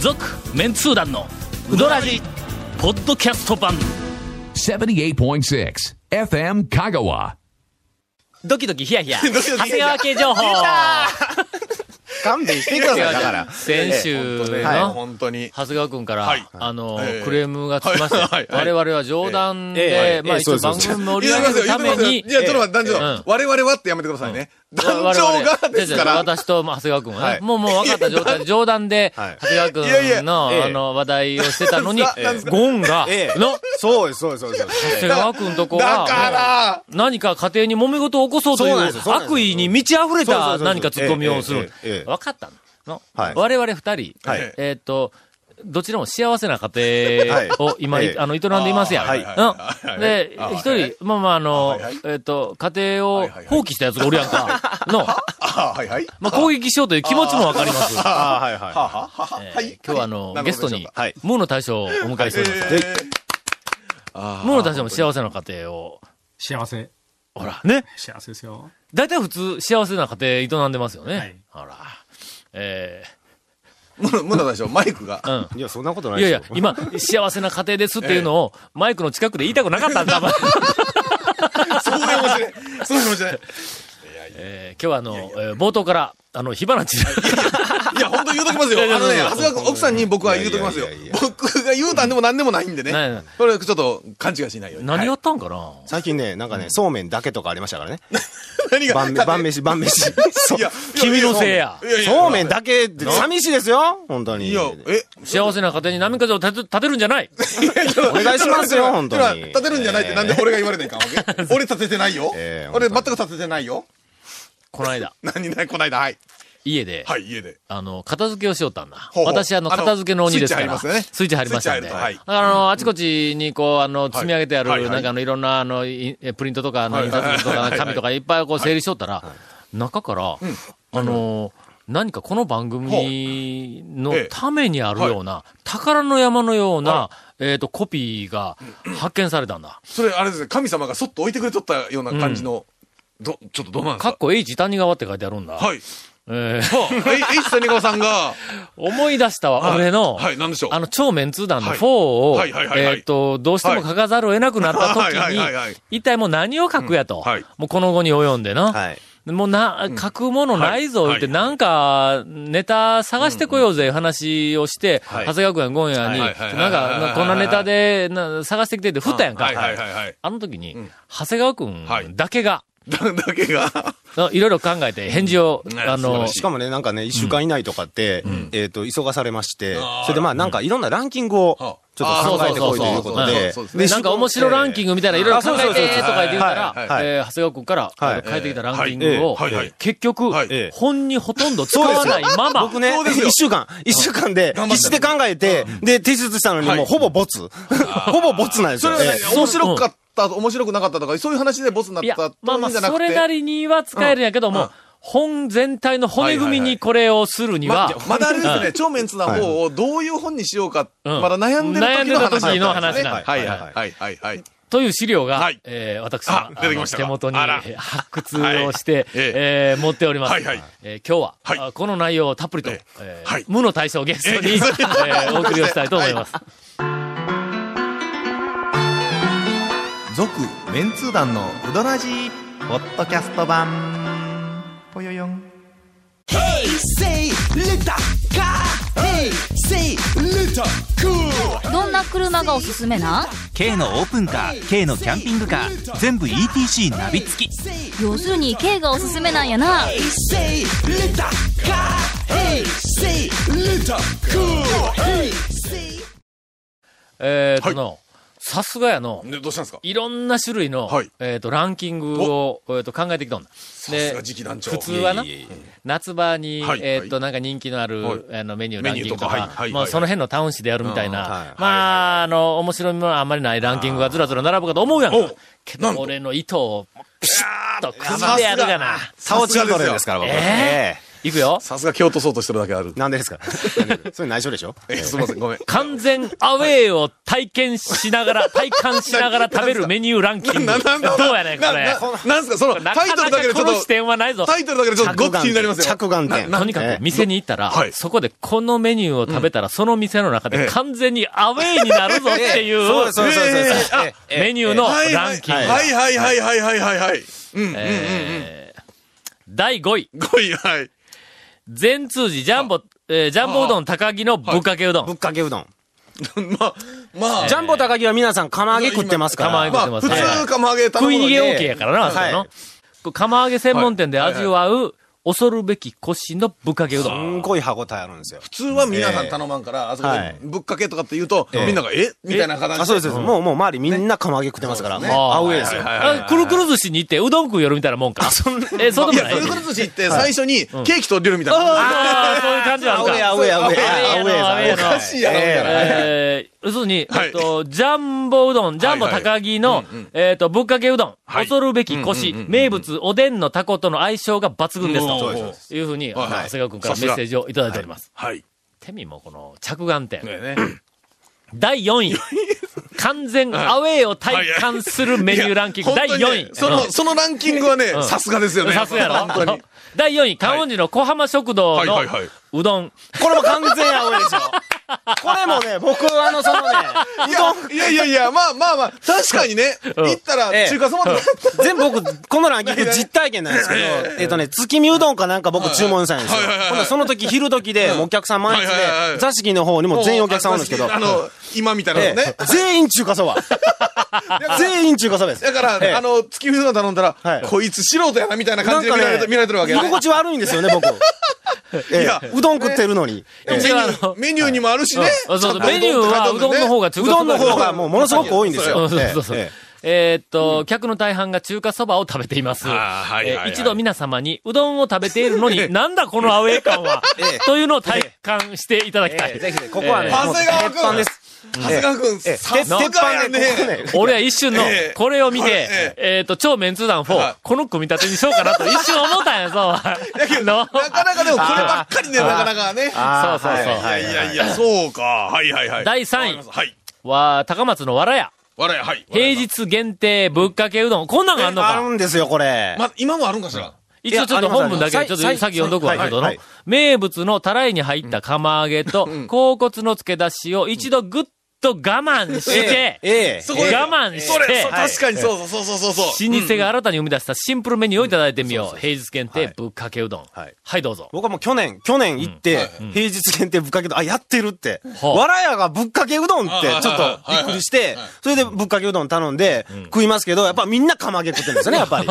続メンツー団のウドラジポッドキャスト版78.6 FM Kagawa. ドキドキヒヤヒヤ ドキドキ長ヒヤ谷ヒヤ川家情報勘弁してください、だから。先週ええの本当に。長谷川君から、はいあの、ええクレームがつきまして、はいはいはい我々は冗談で、えまあ一応番組盛り上げるために、いや、ちょっと待って、男女うんの。我々はってやめてくださいね。我々男女がですかじゃあら。私とまあ長谷川君はね、はいもうもう分かった状態で、冗談 で、はい長谷川君のいやいやええあの話題をしてたのに、ななんですかゴンが、ええの、そうです、そうです、そうです。長谷川君とこだは、か何か家庭に揉め事を起こそうといそうなんでうすよそうなんですよ悪意に満ち溢れそうそうそたうそう何かツッコミをすえるえええええ。分かったの。はい我々二人、はいえーっと、どちらも幸せな家庭を今、はいええあの、営んでいますやん。あーはいうんで、はい一人、まあまあ、あの、はいはいえーっと、家庭はをいはいはい放棄したやつがおるやんか。の、ら。あはいはい。まあ、攻撃しようという気持ちもわかります。ああ、はいはい。ははははえーはい。今日はあの、なるゲほスどトでしにょうか、はいムーの大将をお迎えしております。えムーの大将も幸せな家庭を、幸せ、ほら、ね。幸せですよ。大体普通、幸せな家庭営んでますよね。はいほら。えーむむなでしょう、マイク が。ー、いや、そんなことう。なんいいやでいすやよ。、今、幸せな家庭ですっていうの を、マイクの近くで言いたくなかったんだ。そうかもしれない。そうかもしれない。えー今日はあの、えー冒頭から、あの、火花散 る。いや、本当言うときますよ。あのね、長谷川君奥さんに僕は言うときますよいやいやいや。僕が言うたんでも何でもないんでねないない。これ、ちょっと勘違いしないように。何やをったんかな、最近ね、なんかね、そうめんだけとかありましたからね。何が晩飯、晩飯、晩飯。そういや君のせいや。いやいやそうめんだけって寂しいですよ、本当に。いや、え、幸せな家庭に波風を立て立てるんじゃない。お願いしますよ、本当に。立てるんじゃないってなんで俺が言われないかんわ け俺立ててないよええ。俺全く立ててないよ。この間、何ないこないだ、はい。家で、はい、家で。あの、片付けをしよったんだ。ほうほう私、あの、あの片付けの鬼ですから。スイッチ入りますよねスイッチ入りましたんで。スイッチ入るだとから、あの、あちこちに、こう、あの、積み上げてある、はいはいなんかあの、いろんな、あの、いえプリントとか、あの、はい印刷物とはか、いはい紙とか、いっぱいこう整理しとったら、中から、あの、何かこの番組のええためにあるような、宝の山のような、えっと、コピーが発見されたんだ。それ、あれですね、神様がそっと置いてくれとったような感じの、ど、ちょっとどうなんですかっかこ H 谷川って書いてあるんだ。はい。えーはあ、え、え、谷川さんが、思い出したわ、 俺の、はい、なんでしょう。あの、超メンツー団のはい4を、はいはいはいはいえっ、と、どうしても書かざるを得なくなった時はいはいはいはいに、一体もう何を書くやと。んはいもうこの後に及んでな。はい。もうな、書くものないぞ、言って、はいなんか、ネタ探してこようぜ、話をして、はい長谷川君が今夜に、はいはいはいはいなんはいか、こんなネタで、な探してきてって振ったやんか。はいはいはい はい。あの時にん、長谷川君だけが、だだけが、いろいろ考えて返事をう、んあ素晴のら、いしかもね、なんかね、一週間以内とかって、えっと、急がされましてあー、それでまあ、なんかいろんなランキングを、ちはょあっと考えてこいということあーでそうそうそうそうそうそうそうそうで。なんか面白ランキングみたいないろいろ考えてとか言って言ったらはいは、いえー長谷川君からはいあの変えてきたランキングをはいはいはい、結局はい、ええ本にほとんど使わないまま、僕ねそうです、よ一週間、一週間で、頑張必って死で考えて、で、提出したのに、はいもうほぼボツ。ほぼボツなんですそれよ。はねええ、 面白かった、面白くなかったとか、そういう話でボスになっいやた、まあといまうあ、んじゃなくそて。れなりには使えるんやけどうんうもん、本全体の骨組みにこれをするにはま、まだあれですね、超メンツな方をどういう本にしようか、まだ悩んでる時の話だった悩んでる時の話なんですねはいはいはいはいはい。という資料がはい、えー私あは出てきましたか手元にあらえー発掘をして、ええー持っております。はいはいえー今日はいはあ、この内容をたっぷりとえ、えはーい無の対象をゲストに、ええーお送りをしたいと思 います。続メンツー団のウドラジーポッドキャスト版ぽよよん Say little car Hey say little cool どんな車がおすすめなん K のオープンカー K のキャンピングカー全部 ETC ナビ付き Say 要するに K がおすすめなんやな。 say little car Hey say little cool Hey say えーっとの、さすがやの、でどうしたんですかいろんな種類の、はいえっ、と、ランキングを、えっ、と、考えてきたんだ。すでが、次期団長普通はな、いえいえいえ夏場に、はいえっ、と、なんか人気のある、はいあの、メニューランキングとか、メニューとかはいはいまあ、はいその辺のタウン誌でやるみたいな、うんはいまあ、あの、面白みもあんまりないランキングがずらずら並ぶかと思うやんおかう。けなどん、と俺の糸を、ピシッと、首でやるがな。差をつけるですから、僕。ええええいくよ。さすが蹴落とそうとしてるだけある。なんでですか それ内緒でしょえ、すいません、 ごめん。完全アウェーを体験しなが ら、体感しながら食べるメニューランキング。な、どな、な、うやねん、こな、れな。、なんすか、その、なタかイトなルだけでかちょこっの視と、点はないぞ。タイトルだけでちょっとごっつ気になりますよ。着眼点。とにかく店に行ったら、はいそこでこのメニューを食べたら、その店の中えでえ完全にアウェーになるぞっていう、そうそうそうそうそう。ええメニューのはいラはンいキング。はいはいはいはいはいはいはい。うんうんうんうん。えー第5位、 5位、はい。全通寺ジャンボ、えージャンボうどん高木のぶっかけうどん。ぶっかけうどん。まあ、まあ、ジャンボ高木は皆さん釜揚げ食ってますから。釜揚げま出あ、ま普すね通釜揚げ食い頼むの逃にげ OK やからな、はいその。こう釜揚げ専門店で味わう、恐るべき腰のぶっかけうどすんん。ごい歯応えあるんですよ。普通は皆さん頼まんから、あそこはでいぶっかけとかって言うと、みんなが、えみたいな形で。あ、そうです、そうです。もう、もう周りみんな釜揚げ食ってますから。ねアウェーですよ。あくるくる寿司に行ってうどん食うよるみたいなもんか。え、そういでもや、ないくるくる寿司って最初にケーキと出るみたいな。ああ、そういう感じなアのウェー、か。アウェー、アウェー。アウェーアウアウェェーーのさんおかしいやろみたいなえー、要するに、はいえっと、ジャンボうどん、ジャンボ高木の、えっと、ぶっかけうどん、はい恐るべき腰、名物、おでんのタコとの相性が抜群ですそうでと、いうふうに、あのはい長谷川君からメッセージをいただいております。はい。てみもこの着眼点。ね第4位。 完全アウェーを体感するメニューランキング。いや第本当にね4位。その、そのランキングはねん、さすがですよね。さすがや本当ろに。 第4位、観音寺の小浜食堂のはいはいはいうどん。これも完全アウェー ですよ。これもね、僕はあの、そのね、いや、いやいやいや、まあまあまあ、確かにね、行ったらええ中華そばとか、全部僕、このランキング実体験なんですけど、えっとね、月見うどんかなんか僕注文したんですよ。ほんならその時、昼時で、もうお客さん満室ではいはいは、い座敷の方にも全員お客さんおるんですけど、あの、今みたいなえのねえ。全員中華そば。全員中華そばです。だから、ええあの、月見うどん頼んだら、はいこいつ素人やなみたいな感じで見られて,、ね見られてるわけや居ね。心地悪いんですよね、僕。ええ いやうどん食ってるのに。ええ一応あの、メニューにもあるしね。そうそうちゃんとメニューはうどんの方が。が中う華どそばんのより方がもうものすごく多いんですうよ。んそうそうそう。えええーっと、客の大半が中華そばを食べています。あーはいはいはいえー一度皆様にうどんを食べている のに、なんだこのアウェー感は、というのを体感していただきたい。ええぜひね、ここはね、ええもう長谷川君鉄板です。長谷川君、ええさすが鉄や板で、ここね。ね。俺は一瞬のええ、これを見これてえ、えーっと、超メンツ団4は、この組み立てにしようかなと一瞬思ったん やぞ。だけど、のなかなかでもこればっかりね、なかなかね。そうそうそう。いやいや、そうか。はいはいはい。第わ三位かりますはい。は、高松のわらや。我々、はい。平日限定ぶっかけうどん。こんなんがあんのあかるんですよ、これ。ま、今もあるんかしら。一応ちょっと本文だけ、ちょっと先読んどくわ、ちょっとの。名物のたらいに入った釜揚げと、甲骨の漬け出しを一度ぐっと我慢して、ええ。そこで我慢してそれ、そうは確かにそうそうそうそうそう。老舗が新たに生み出したシンプルメニューをいただいてみよう。平日限定ぶっかけうどん。はいはい、どうぞ。僕はもう去年、去年行って、平日限定ぶっかけうどん、あ、やってるって。はあわらやがぶっかけうどんってあ、ちょっとびっくりして、それでぶっかけうどん頼んで、食いますけど、やっぱみんな釜揚げ食ってるんですよね、やっぱり。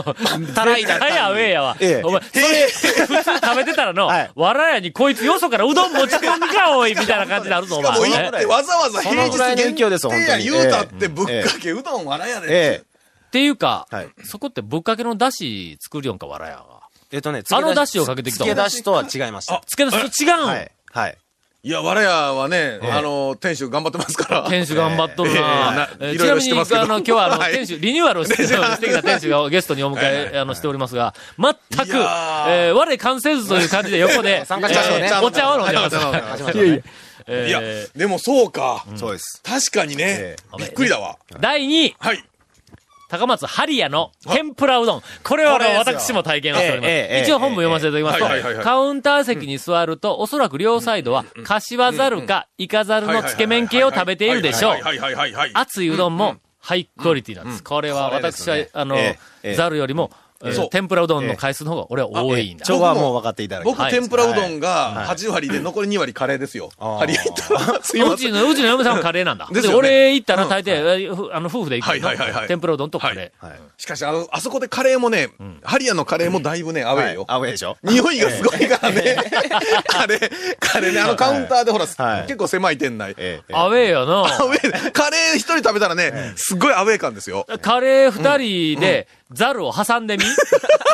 たらいだったはりや、ウェイやわ。ええお前、それ、普通食べてたらの、はいわらやにこいつよそからうどん持ち込みか、おい、みたいな感じになるぞ、おしかも前。行ってわざわざ平日限定や言うたってぶっかけうどんわらやでええ。。っていうか、はいそこってぶっかけのだし作るよんか、わらやが。えっとね、あの出汁をかけてきた漬け出しとは違いました。つけ出しと違うん、はい。はい。いや、わらやはね、あの、店主頑張ってますから。店主頑張っとるえな。えええなえーいちろないみろに、しあてますけどの、今日は、あの、はい店主、リニューアルをして、 してきた店主がゲストにお迎え、あの、しておりますが、全く、いやえー我関せずという感じで横 で、参加者のねえーお茶を飲んでます。いやえ、でもそうか。そうです。確かにねえ、びえっくりだわ。ー第2位、はい。高松ハリヤの天ぷらうどん。これはあのこれですよ私も体験をしております。ええええ一応本部読ませていただきますと、ええはいはいはいはいカウンター席に座ると、おそらく両サイドは、柏猿かイカ猿のつけ麺系を食べているでしょうは。いはいはいはいはいはいはい。熱いうどんもハイクオリティなんです。これは私は、あのえええ、えざるよりも、えーそう天ぷらうどんの回数の方が俺は多いんだ。今日はもう分かっていただき僕、まはい天ぷらうどんが8割で残り2割カレーですよ。あーハリエットは。すいま うせちん。の、うちの嫁さんはカレーなんだ。ですで、よね俺行ったら大抵、ふあの、夫婦で行くけどはいはいはいはい天ぷらうどんとカレー。はい。しかし、あの、あそこでカレーもね、ハリアのカレーもだいぶね、アウェはイいよ。アウェーでしょ匂いがすごいからね。カレー、カレーね、あのカウンターでほら、はい結構狭い店内。ええ。アウェーよな。アウェー、カレー一人食べたらね、すっごいアウェー感ですよ。カレー二人で、ザルを挟ん でみ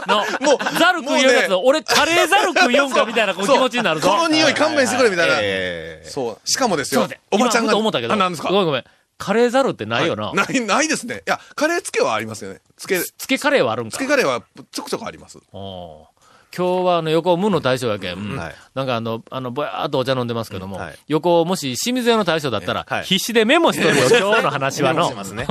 の、もうザル食いよるやつ、もう俺カレーザル食いよんかみたいなこう気そう持ちになるぞ。この匂い勘弁してくれみたいな。ええ。そう。しかもですちょっよと待って、おばちゃん今ふが。と思ったけど。あ、なんですかごめんごめん。カレーザルってないよな。ない、ないですね。いや、カレーつけはありますよね。つけ、つつけカレーはあるんか。けカレーはちょくちょくあります。おー今日はあの、横、無の大将やけん。うんはいなんかあの、あの、ぼやーっとお茶飲んでますけども、うんはい横、もし清水屋の大将だったら、はい必死でメモしとるよ、今日の話はメの。モし ますね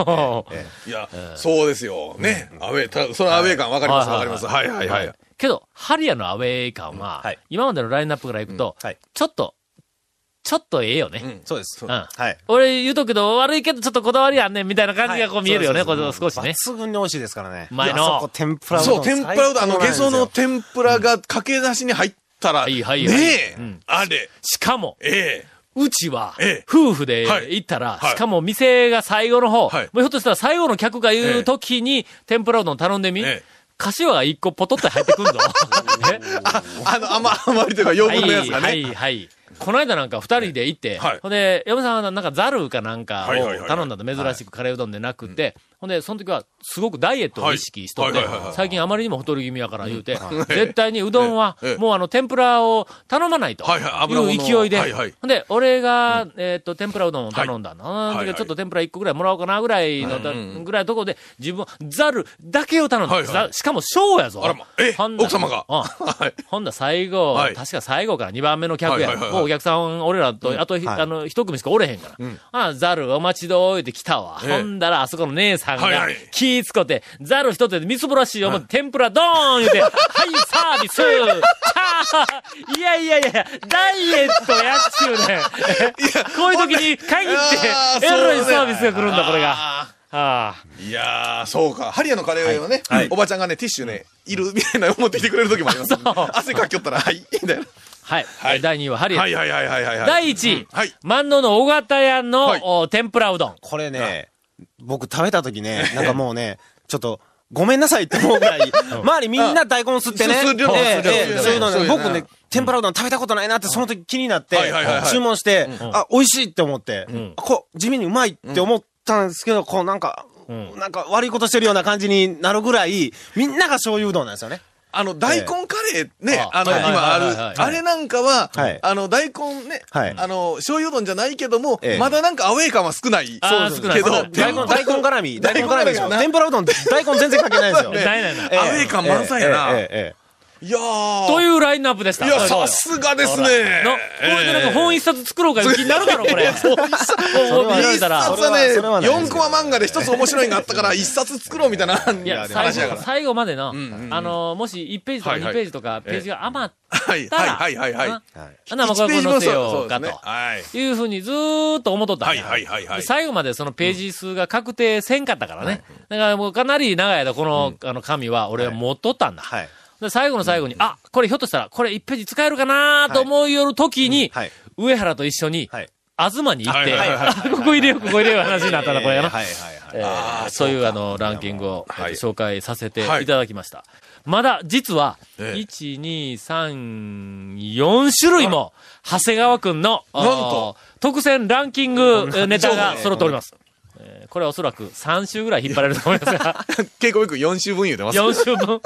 いや、そうですよ。ね。アウェイ、たそのアウェイ感わかります、わはかいります。はいはいはい。けど、ハリアのアウェイ感は、うんはい今までのラインナップからいくと、うんはいちょっと、ちょっとええよね。うんそうです。うんはい。俺言うとくけど、悪いけどちょっとこだわりあんねんみたいな感じがこう見えるよね、はこいれ少しね。抜群に美味しいですからね。うまいのあそこ天ぷらうどんそう、天ぷらうどん、あの、ゲソの最天ぷらが駆け出しに入ったら、はねいはいはいえうん、あれ、しかも、ええ。うちはええ、夫婦ではい行ったら、はいしかも店が最後の方、はいもうひょっとしたら最後の客が言えうえ時に、天ぷらうどん頼んでみ、ええ柏が一個ポトって入って くんぞ。えあの、甘、甘りというか、余はい分なやつがね。はい、はい。この間なんか二人で行って、はいほんで、嫁さんはなんかザルかなんかはいはいはいはをい頼んだと珍しくカレーうどんでなくて、ほんで、その時はすごくダイエットを意識しとってはいはいはいはいは、い最近あまりにも太り気味やから言うてんはい、絶対にうどんはええもうあの天ぷらを頼まないとはいはい油い物う勢いではいはい、ほんで、俺が、えっと、天ぷらうどんを頼んだいの。ほんではいはいちょっと天ぷら一個ぐらいもらおうかなぐらいの、ぐらいのところで、自分はザルだけを頼んはいだ。はいざしかも小やぞ。あらまえほんなら奥様がうん はい。ほんだら最後、はい確か最後から2番目の客や。はいはいはいはいもうお客さん、俺らと、あとひ、はいあの、一組しかおれへんから。ああ、ザルお待ちどおいて来たわ。ええほんだら、あそこの姉さんがはいはい、気ぃつこて、ザル一手でみつぼらしい思って、天ぷらドーン言うて、はい、サービスあいやいやいやいや、ダイエットやっちゅうねん。こういう時に限あっーて、エそうねロいサービスが来るんだ、これが。はあ、いやー、そうか。ハリアのカレーはね、おばちゃんがね、ティッシュね、いるみたいなの持ってきてくれる時もあり ます。汗かきよったら、はい、みたいな。はい。はい第2位はハリエはいはいはいはいはいはい。第1位、はい万能の尾形屋の、はいお天ぷらうどん。高のラーメンですよこれね、僕食べた時 ね、なんかもうね、ちょっと、ごめんなさいって思うぐらい、周りみんな大根吸ってね。すするよでするよでねそういうのそうね、よ僕ねね、天ぷらうどん食べたことないなってその時気になってはいはいはいは、い注文して、あ、美味しいって思ってん、こう、地味にうまいって思ったんですけど、こうなんか、んなんか悪いことしてるような感じになるぐらい、みんなが醤油うどんなんですよね。あの、大根カレーね、ああの、はい今あはいはいはいる、あれなんかははい、あの、大根ね、はいあの、醤油うどんじゃないけどもええ、まだなんかアウェイ感は少ない。あー少ないけどまだ、大根、大根絡み。大根絡みでしょ。 大根絡みだな天ぷらうどん、大根全然かけないですよ。 大ないない。ええアウェイ感満載やなええええええいやー。というラインナップでした。いや、さすがですね。の、これでなんか本一冊作ろうかいう気になるだろ、これ。本一冊は見られ一冊たら。それはそれははね、ないで4すコマ漫画で一つ面白いのがあったから、一冊作ろうみたいな話いや、や最か後、ら。最後までな、あんうんの、もし1ページとかはいは2いページとか、ページが余はい、ったら、はい、はい、はい。なははいあんなもんこ1ペーれジ載もせそよううかそうでとすね。。はい。いうふうにずーっと思っとったんや。はいはいはいはいで最後までそのページ数が確定せんかったからね。だからもうかなり長い間、この、あの、紙は俺は持っとったんだ。はいで、最後の最後に、あ、これひょっとしたら、これ1ページ使えるかなと思いよるときに、はい上原と一緒に、はい東に行って、はいはいはい あここ入れよう、ここ入れよう話になったな、これやな。はいはいはい。えーそういうあの、ランキングを、えーとはい紹介させてはいいただきました。まだ、実は、ええ1、2、3、4種類も、長谷川くんの、んとあー特選ラン キングえーネタがそうね揃っております。えーこれはおそらく3週ぐらい引っ張られると思いま すが、結構よく4週分言うてます。 4週分。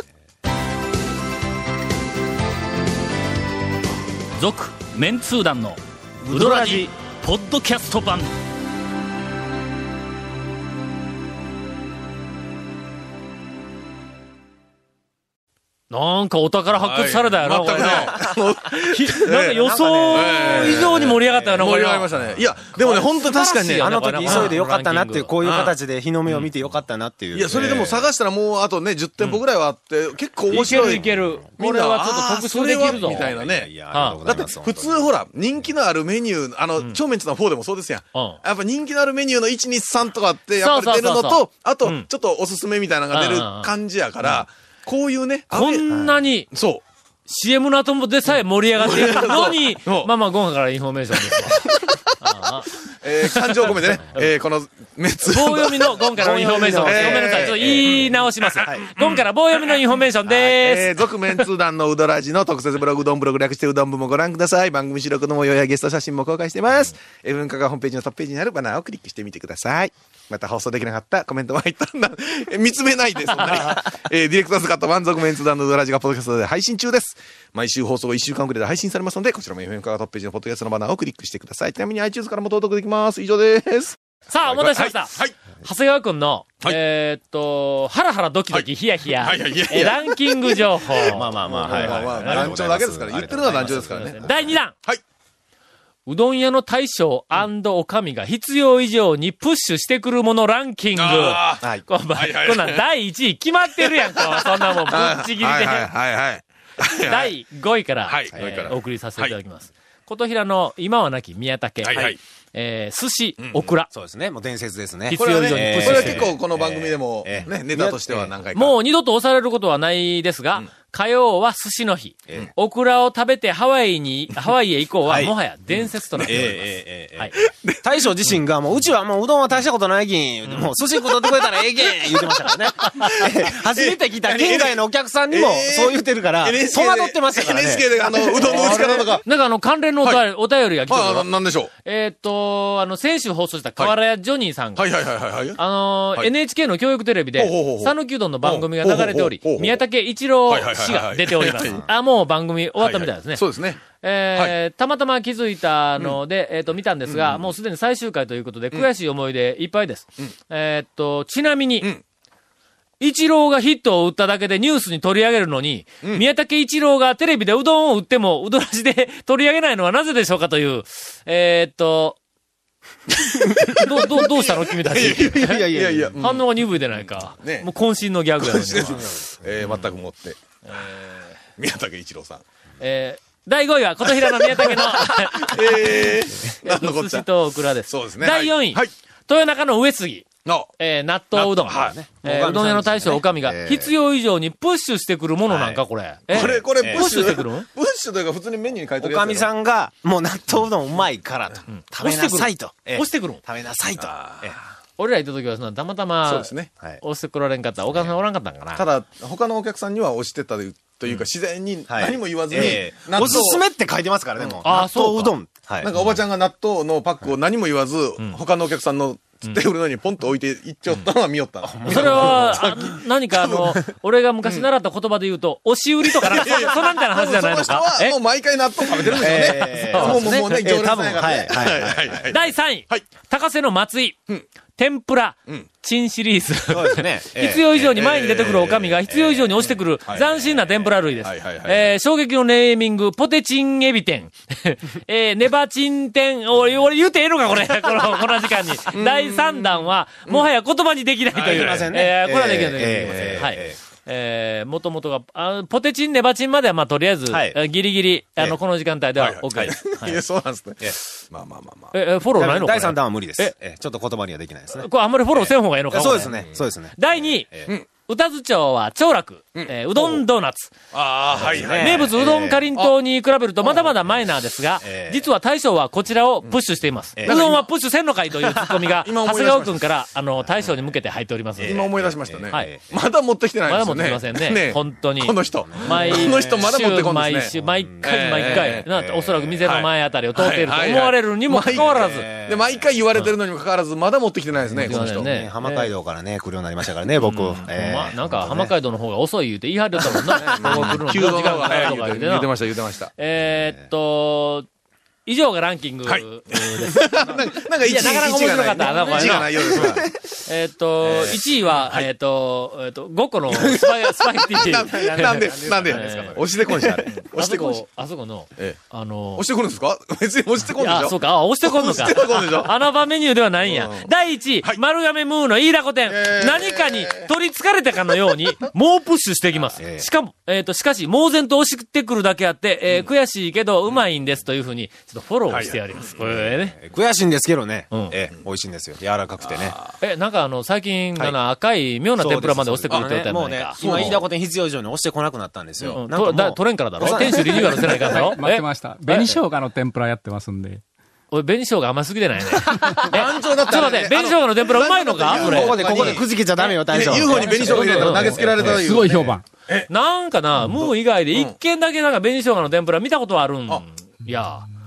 続メンツー団のウドラジポッドキャスト版なんかお宝発掘されたよな、はいこれな。全ひ なんか予想以上に盛り上がったよな、くね。盛こり上れがはりましたね。いや、でもね、本当確かに素晴らしいねよあね、の時急いでよかったなっていう、こういうランキング形で日の目を見てよかったなっていう。いや、それでも探したらもうあとね、10店舗ぐらいはあって、結構面白い。いけるいける。みこんれなはちょっと特集できるぞ。あーそれはみたいなねいやはありがあとうごだざっいてます、普通ほら、人気のあるメニュー、あの、超メンツの方でもそうですやん。うんやっぱ人気のあるメニューの1、2、3とかって、やっぱり出るのそうそうそうそうと、あとうん、ちょっとおすすめみたいなのが出る感じやから、こういうね、あこんなにそう。 CM の後もでさえ盛り上 がっているのにそ、うまあまあ、ご飯からインフォメーションですわ。えー感情込め てね、えーこのメ ンツ。棒読みのゴンからのインフォメーションです。えーごめんなさい。ちょっと言い直します。ゴンから棒読みのインフォメーションえでー、続面通談のうどらじの特設ブログ、うどんブログ略してうどん部もご覧ください。番組収録の模様やゲスト写真も公開してます。えー文化がホームページのトップページにあるバナーをクリックしてみてください。また放送できなかったコメントも入ったんだ。えー見つめないで、そんなに。えーディレクターズカット満足面通談のうどらじがポッドキャストで配信中です。毎週放送1週間くらいで配信されますので、こちらも FM 化がトップページのポッドキャストのバナーをクリックしてください。ちなみに iTunes からも登録できます。以上です。さあ、お待たせしました。はい。長谷川くんの、はいえーっと、ハラハラドキドキヒヤヒヤ、はいはいはいいやいやえーランキング情報。まあまあまあ、はいまあまはあ、い。団長だけですから、あ言っりがてとるうのごはざい団ます長ですからね。第2弾。はい。うどん屋の大将おかみが必要以上にプッシュしてくるものランキング。あはい。こんばんはいはいこんなん第1位決まってるやんか。そんなもん、ぶっちぎりで。はいはいはいはい。第5位から、はいえー5位からお送りさせていただきます。琴平の今はなき宮武、はいはいえー寿司、オクラ。そうですね。もう伝説ですね。必これ要は以ね、こ上にれプッシュはし結てくる。構この番組でも、ね、ネタとしては何回か。もう二度と押されることはないですが、火曜は寿司の日、オクラを食べてハワ イに、ハワイへ行こうは、はいもはや伝説となっております。えええはい。大将自身が、もう、うちはもううどんは大したことないぎん、もう寿司食うとってくれたらええげん、言ってましたからね。 ええ初めて来た県外のお客さんにも、そう言ってるから、戸惑ってましたからね。 NHK で、あの、うどんの打ち方とか。なんかあの、関連のお便り,、お便りが来てるまああかの、ら、なんでしょう。えーっと、あの、先週放送した河原屋ジョニーさんが、はいはいはいはいはい。あのーはい NHK の教育テレビでほうほうほうほ、う讃岐うどんの番組が流れておりほうほうほうほう、宮武一郎氏はいはいはいがはい出ております。あ、もう番組終わったみたいですね。そうですね。えーたまたま気づいたので、えっ、と、見たんですが、もうすでに最終回ということで、悔しい思いでいっぱいです。えーっと、ちなみに、ん一郎がヒットを打っただけでニュースに取り上げるのに、宮武一郎がテレビでうどんを打 っても、うどらしで取り上げないのはなぜでしょうかという、えーっと、どう、どう、どうしたの君たち。いやいやいや。反応が鈍いでないか。ねもう 渾身のギャグやのに。えー、全くもって。宮武一郎さん。えー第5位は琴平の宮武の、えー、なんのこおっ寿ちゃ司。とオクラです。そうですね。第4は位、いはい。豊中の上杉、の、えー納豆うどん。納豆はいえーうどん屋の大将、おかみが、必要以上にプッシュしてくるものなんか、これ。えこれ、これ、プッシュしてくるのプッシュというか普通にメニューに書いておるやつやかろ。みさんが、もう納豆うどんうまいからと。食べなさいと。ええ押してくるの食べなさいと。ええ俺ら行った時は、そのたまたま、そうですね。はい押してこられんかった。お母さんおらんかったんかな。ただ、他のお客さんには押してたというか、自然にはい何も言わずにええ、納豆おすすめって書いてますからね、もう。ああ納豆うどん。はいなんかおばちゃんが納豆のパックを何も言わず、他のお客さんのテーブルの上にポンと置いていっちゃったのは見よったの。それは、あ何かあの、俺が昔習った言葉で言うと、押し売りとかなんか、そんなんみたいな話じゃないのそのか人。はえもう毎回納豆食べてるんでしょうね。ええもうもうもうね、ええ行多列な分、んやかはらい、ね。はい。はいはいはい。第3位、はい高瀬の松井、天ぷら、チンシリーズ。そうです ね。ええ必要以上に前に出てくるおかみが必要以上に落ちてくる斬新な天ぷら類ですはいはいはい。はいえー衝撃のネーミング、ポテチンエビ天。 えーネバチン天。俺、俺言うてええのかこれ。こ の、この時間に。第3弾は、もはや言葉にできないという。はいはいはいえーこれはできないとえいーけませんえーはいえー。えー、もともとが、あポテチン、ネバチンまでは、まあ、とりあえず、はいえーギリギリ、あえの、えこの時間帯では OK はいです。はいいえや、そうなんですね。まあまあまあまあ。え、フォローないの第3これ弾は無理です。えええちょっと言葉にはできないですね。これあんまりフォローせん方がええのかそうこれですね。そうですね。第2位、歌津町は長楽、えーうどんドーナツ。ああ、はいはい。名物うどんかりんとうに比べるとまだまだマイナーですがえ、え実は大将はこちらをプッシュしています。うどんはプッシュせんのかいというツッコミが、 今長思い出谷しました川くんから、あの、大将に向けて入っておりますので。今思い出しましたね。はい。まだ持ってきてないまんでだす持よね。ってきませんね。本当に。この人。毎この人まだ持ってこんですね毎週、毎回、毎え回、えなんておそらく店の前あたりを通っていると思われるにもか毎かわらず。で、毎回言われてるのにもかかわらず、まだ持ってきてないですね、この人。ねね、浜街道からね、来るようになりましたからね、僕。ええまあ、なんか、浜街道の方が遅い言うて言い張りよったもんな。 ここ来るの急4の時間方がかかる早とい言か言ううててな言って。ました、言ってました。えーっと、以上がランキングはいです。なんかいやなかなか面白かったなこれな1位がないようですが。えーっと、1位は、えーっと、えーっと、5個のスパ ゲスパゲティ。なんで、なんで、なんですかこれ押してこんし、あれ。押あしてそこんしこ。、あそこのええ、あの押し、てこるんですか 別に押してこんでしあ、ょそうか、あ、押してこんの押してこんでしか。ょ穴場メニューではないんやう。第1位、丸亀ムーの飯田コ店え。ー何かに取り憑かれたかのよ うに、猛プッシュしてきます。ええしかも、えーっと、しかし、猛然と押してくるだけあって、えー悔しいけど、うまいんですというふうに、ちょっとフォローをしてあります。これね。悔しいんですけどね、うんええ美味しいんですよ。柔らかくてね。え、なんかあの、最近がな、赤い妙な天ぷらまで押してくるって言ったあやのねもなうねいか。、今、飯田コ店必要以上に押してこなくなったんですよ。うんなんかとだも取れんからだろ店主リニューアルせないから だろ待ってましした。紅生姜の天ぷらやってますんで。おい、紅生姜甘すぎてないね。えちょ長っだっと待って、紅生姜の天ぷらうまいのかこう、ここれ。で、ここでくじけちゃダメよ、大将。 UFO に紅生姜入れたら投げつけられたというすごい評判。なんかな、ムー以外で一軒だけなんか紅生姜の天ぷら見たことあるん。いや、紅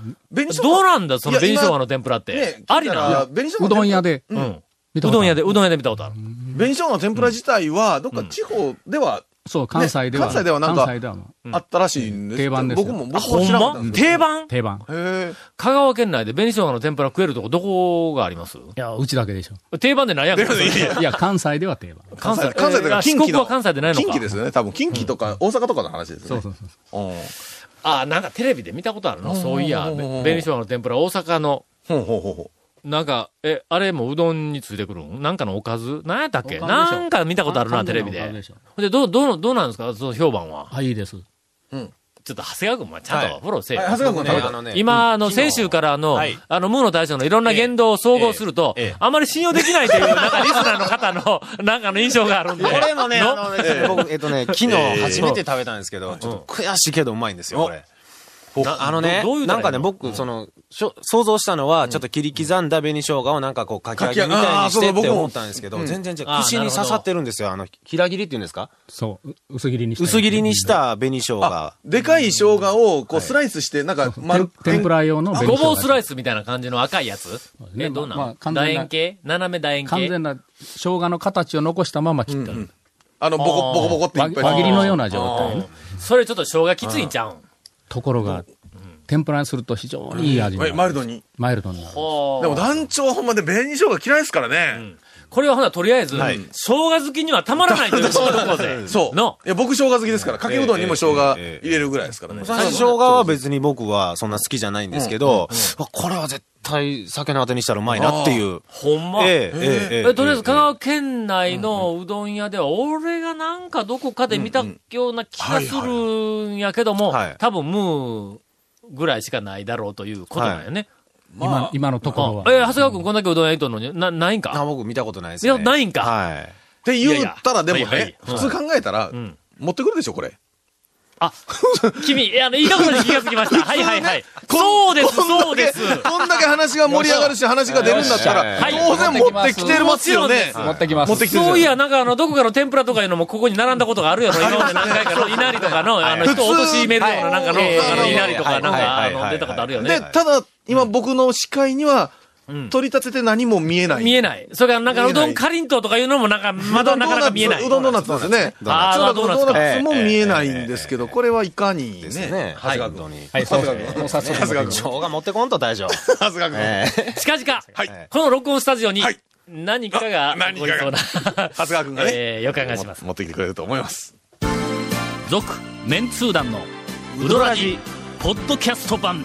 生姜どうなんだ、そのいや紅生今姜の天ぷらってね。ありな。紅生姜うどん屋で。うん。う見たことあるどん屋で、うどん屋で見たことある。紅生姜の天ぷら自体は、どっか地方ではそう、関西では。ね関西ではなんか関西ではもうあったらしいんですけ定ど番ですよ僕も、僕あ、ほも知らなかったんまんですよ定番定番。へえ。香川県内で紅生姜の天ぷら食えるとこどこがありますいや、うちだけでしょ。定番でないやんか。それいや、関西では定番。関西、関西とえーかあ近畿四の国は関西でないのか。近畿ですよね。多分、近畿とか、大阪とかの話ですよね。そうそうそう。うん。あ、なんかテレビで見たことあるのそういや、うんうんうんうん紅生姜の天ぷら大阪の、ほうほうほうほなんか、え、あれもうどんについてくるんなんかのおかずなんやったっけおかずでしょなんか見たことあるな、完テ全レなビおかでず。しょほんで、どう、どう、どうなんですかその評判は。あ、いいです。ちょっと長谷川君もちゃんとフォローせえよ。う。長谷川君食べあたのね、今、あの、先週からの、はいあの、ムーの大将のいろんな言動を総合すると、ええええあまり信用できないという、なんかリスナーの方の、なんかの印象があるんで。これもね、のあのね、僕、えっとね、昨日初めて食べたんですけど、ちょっと悔しいけどうまいんですよ、これ。なあのねどどういう、なんかね、タイプ僕、その、しょ想像したのは、ちょっと切り刻んだ紅生姜をなんかこう、かき揚げみたいにしてかき揚げあーそうそうって僕も思ったんですけど、全然違う。あー串なにるほど刺さってるんですよ。あの、平切りっていうんですかそう、う薄切りにした。薄切りにし。た紅生姜。でかい生姜を、こう、スライスして、なんか、天丸く、天ぷら用のごぼうスライイスみたいな感じの赤いやつうですねえ、どうなまあまのあ完全な楕円形斜め楕円完形全な生姜の形を残したまま切った。あの、ボコ、ボコボコってい輪っぱい。輪切りのような状態ね。それちょっと生姜きついんちゃうんところが、天ぷらにすると非常にいい味になえる。マイルドに。マイルドになる。おーでも団長はほんまで紅生姜嫌いですからね。これはほな、とりあえず、はい生姜好きにはたまらないという ことでこうぜそう。のいや、僕生姜好きですから、かけうどんにも生姜入れるぐらいですからね。最初生姜は別に僕はそんな好きじゃないんですけど、あこれは絶対酒のあてにしたらうまいなっていう。ほんま、ええええええとりあえず、香川県内のうどん屋では、俺がなんかどこかで見たような気がするんやけどもはいはいはい、多分ムーぐらいしかないだろうということなんよね。今、今のところは。あえー長谷川君こんだけうどん屋行っとんのに、な、ないんあか僕見たことないですいね。や、ないんか。はい。って言ったら、でもいやいやいね、や普通考えたらん、持ってくるでしょ、これ。あ、君、あの、いいところに気がつきました。はいはいはい。そうです、そうです。こんだけ話が盛り上がるし、話が出るんだったら、はい当然持ってきてるますよね。持ってきます。持ってきそういや、なんかあの、どこかの天ぷらとかいうのもここに並んだことがあるやろ、今まで何回かの稲荷とかの、あの、人を落としめるようななんかの、はいあの稲荷とはか、いなんか、あはいの、出たことあるよで、ね。ただ、今僕の視界には、取り立てて何も見えない。見えない。それからなんか、見うえない。どんかりんとうとかいうのもなんか、まだなかなか見えないうどんドーナツなんですよね。あー普通のドーナツドかーナツも見えないんですけど、これはいかにですね。ね。はい。本当に。はい、そうですね。もう早速持ってきます生姜持ってこんと大丈夫。さすがええ近々、はいこの録音スタジオにはい、何かがあ何起こかがりそうな、長谷川君がね えー予感がします。持ってきてくれると思います。続メンツー団のウドラジポッドキャスト版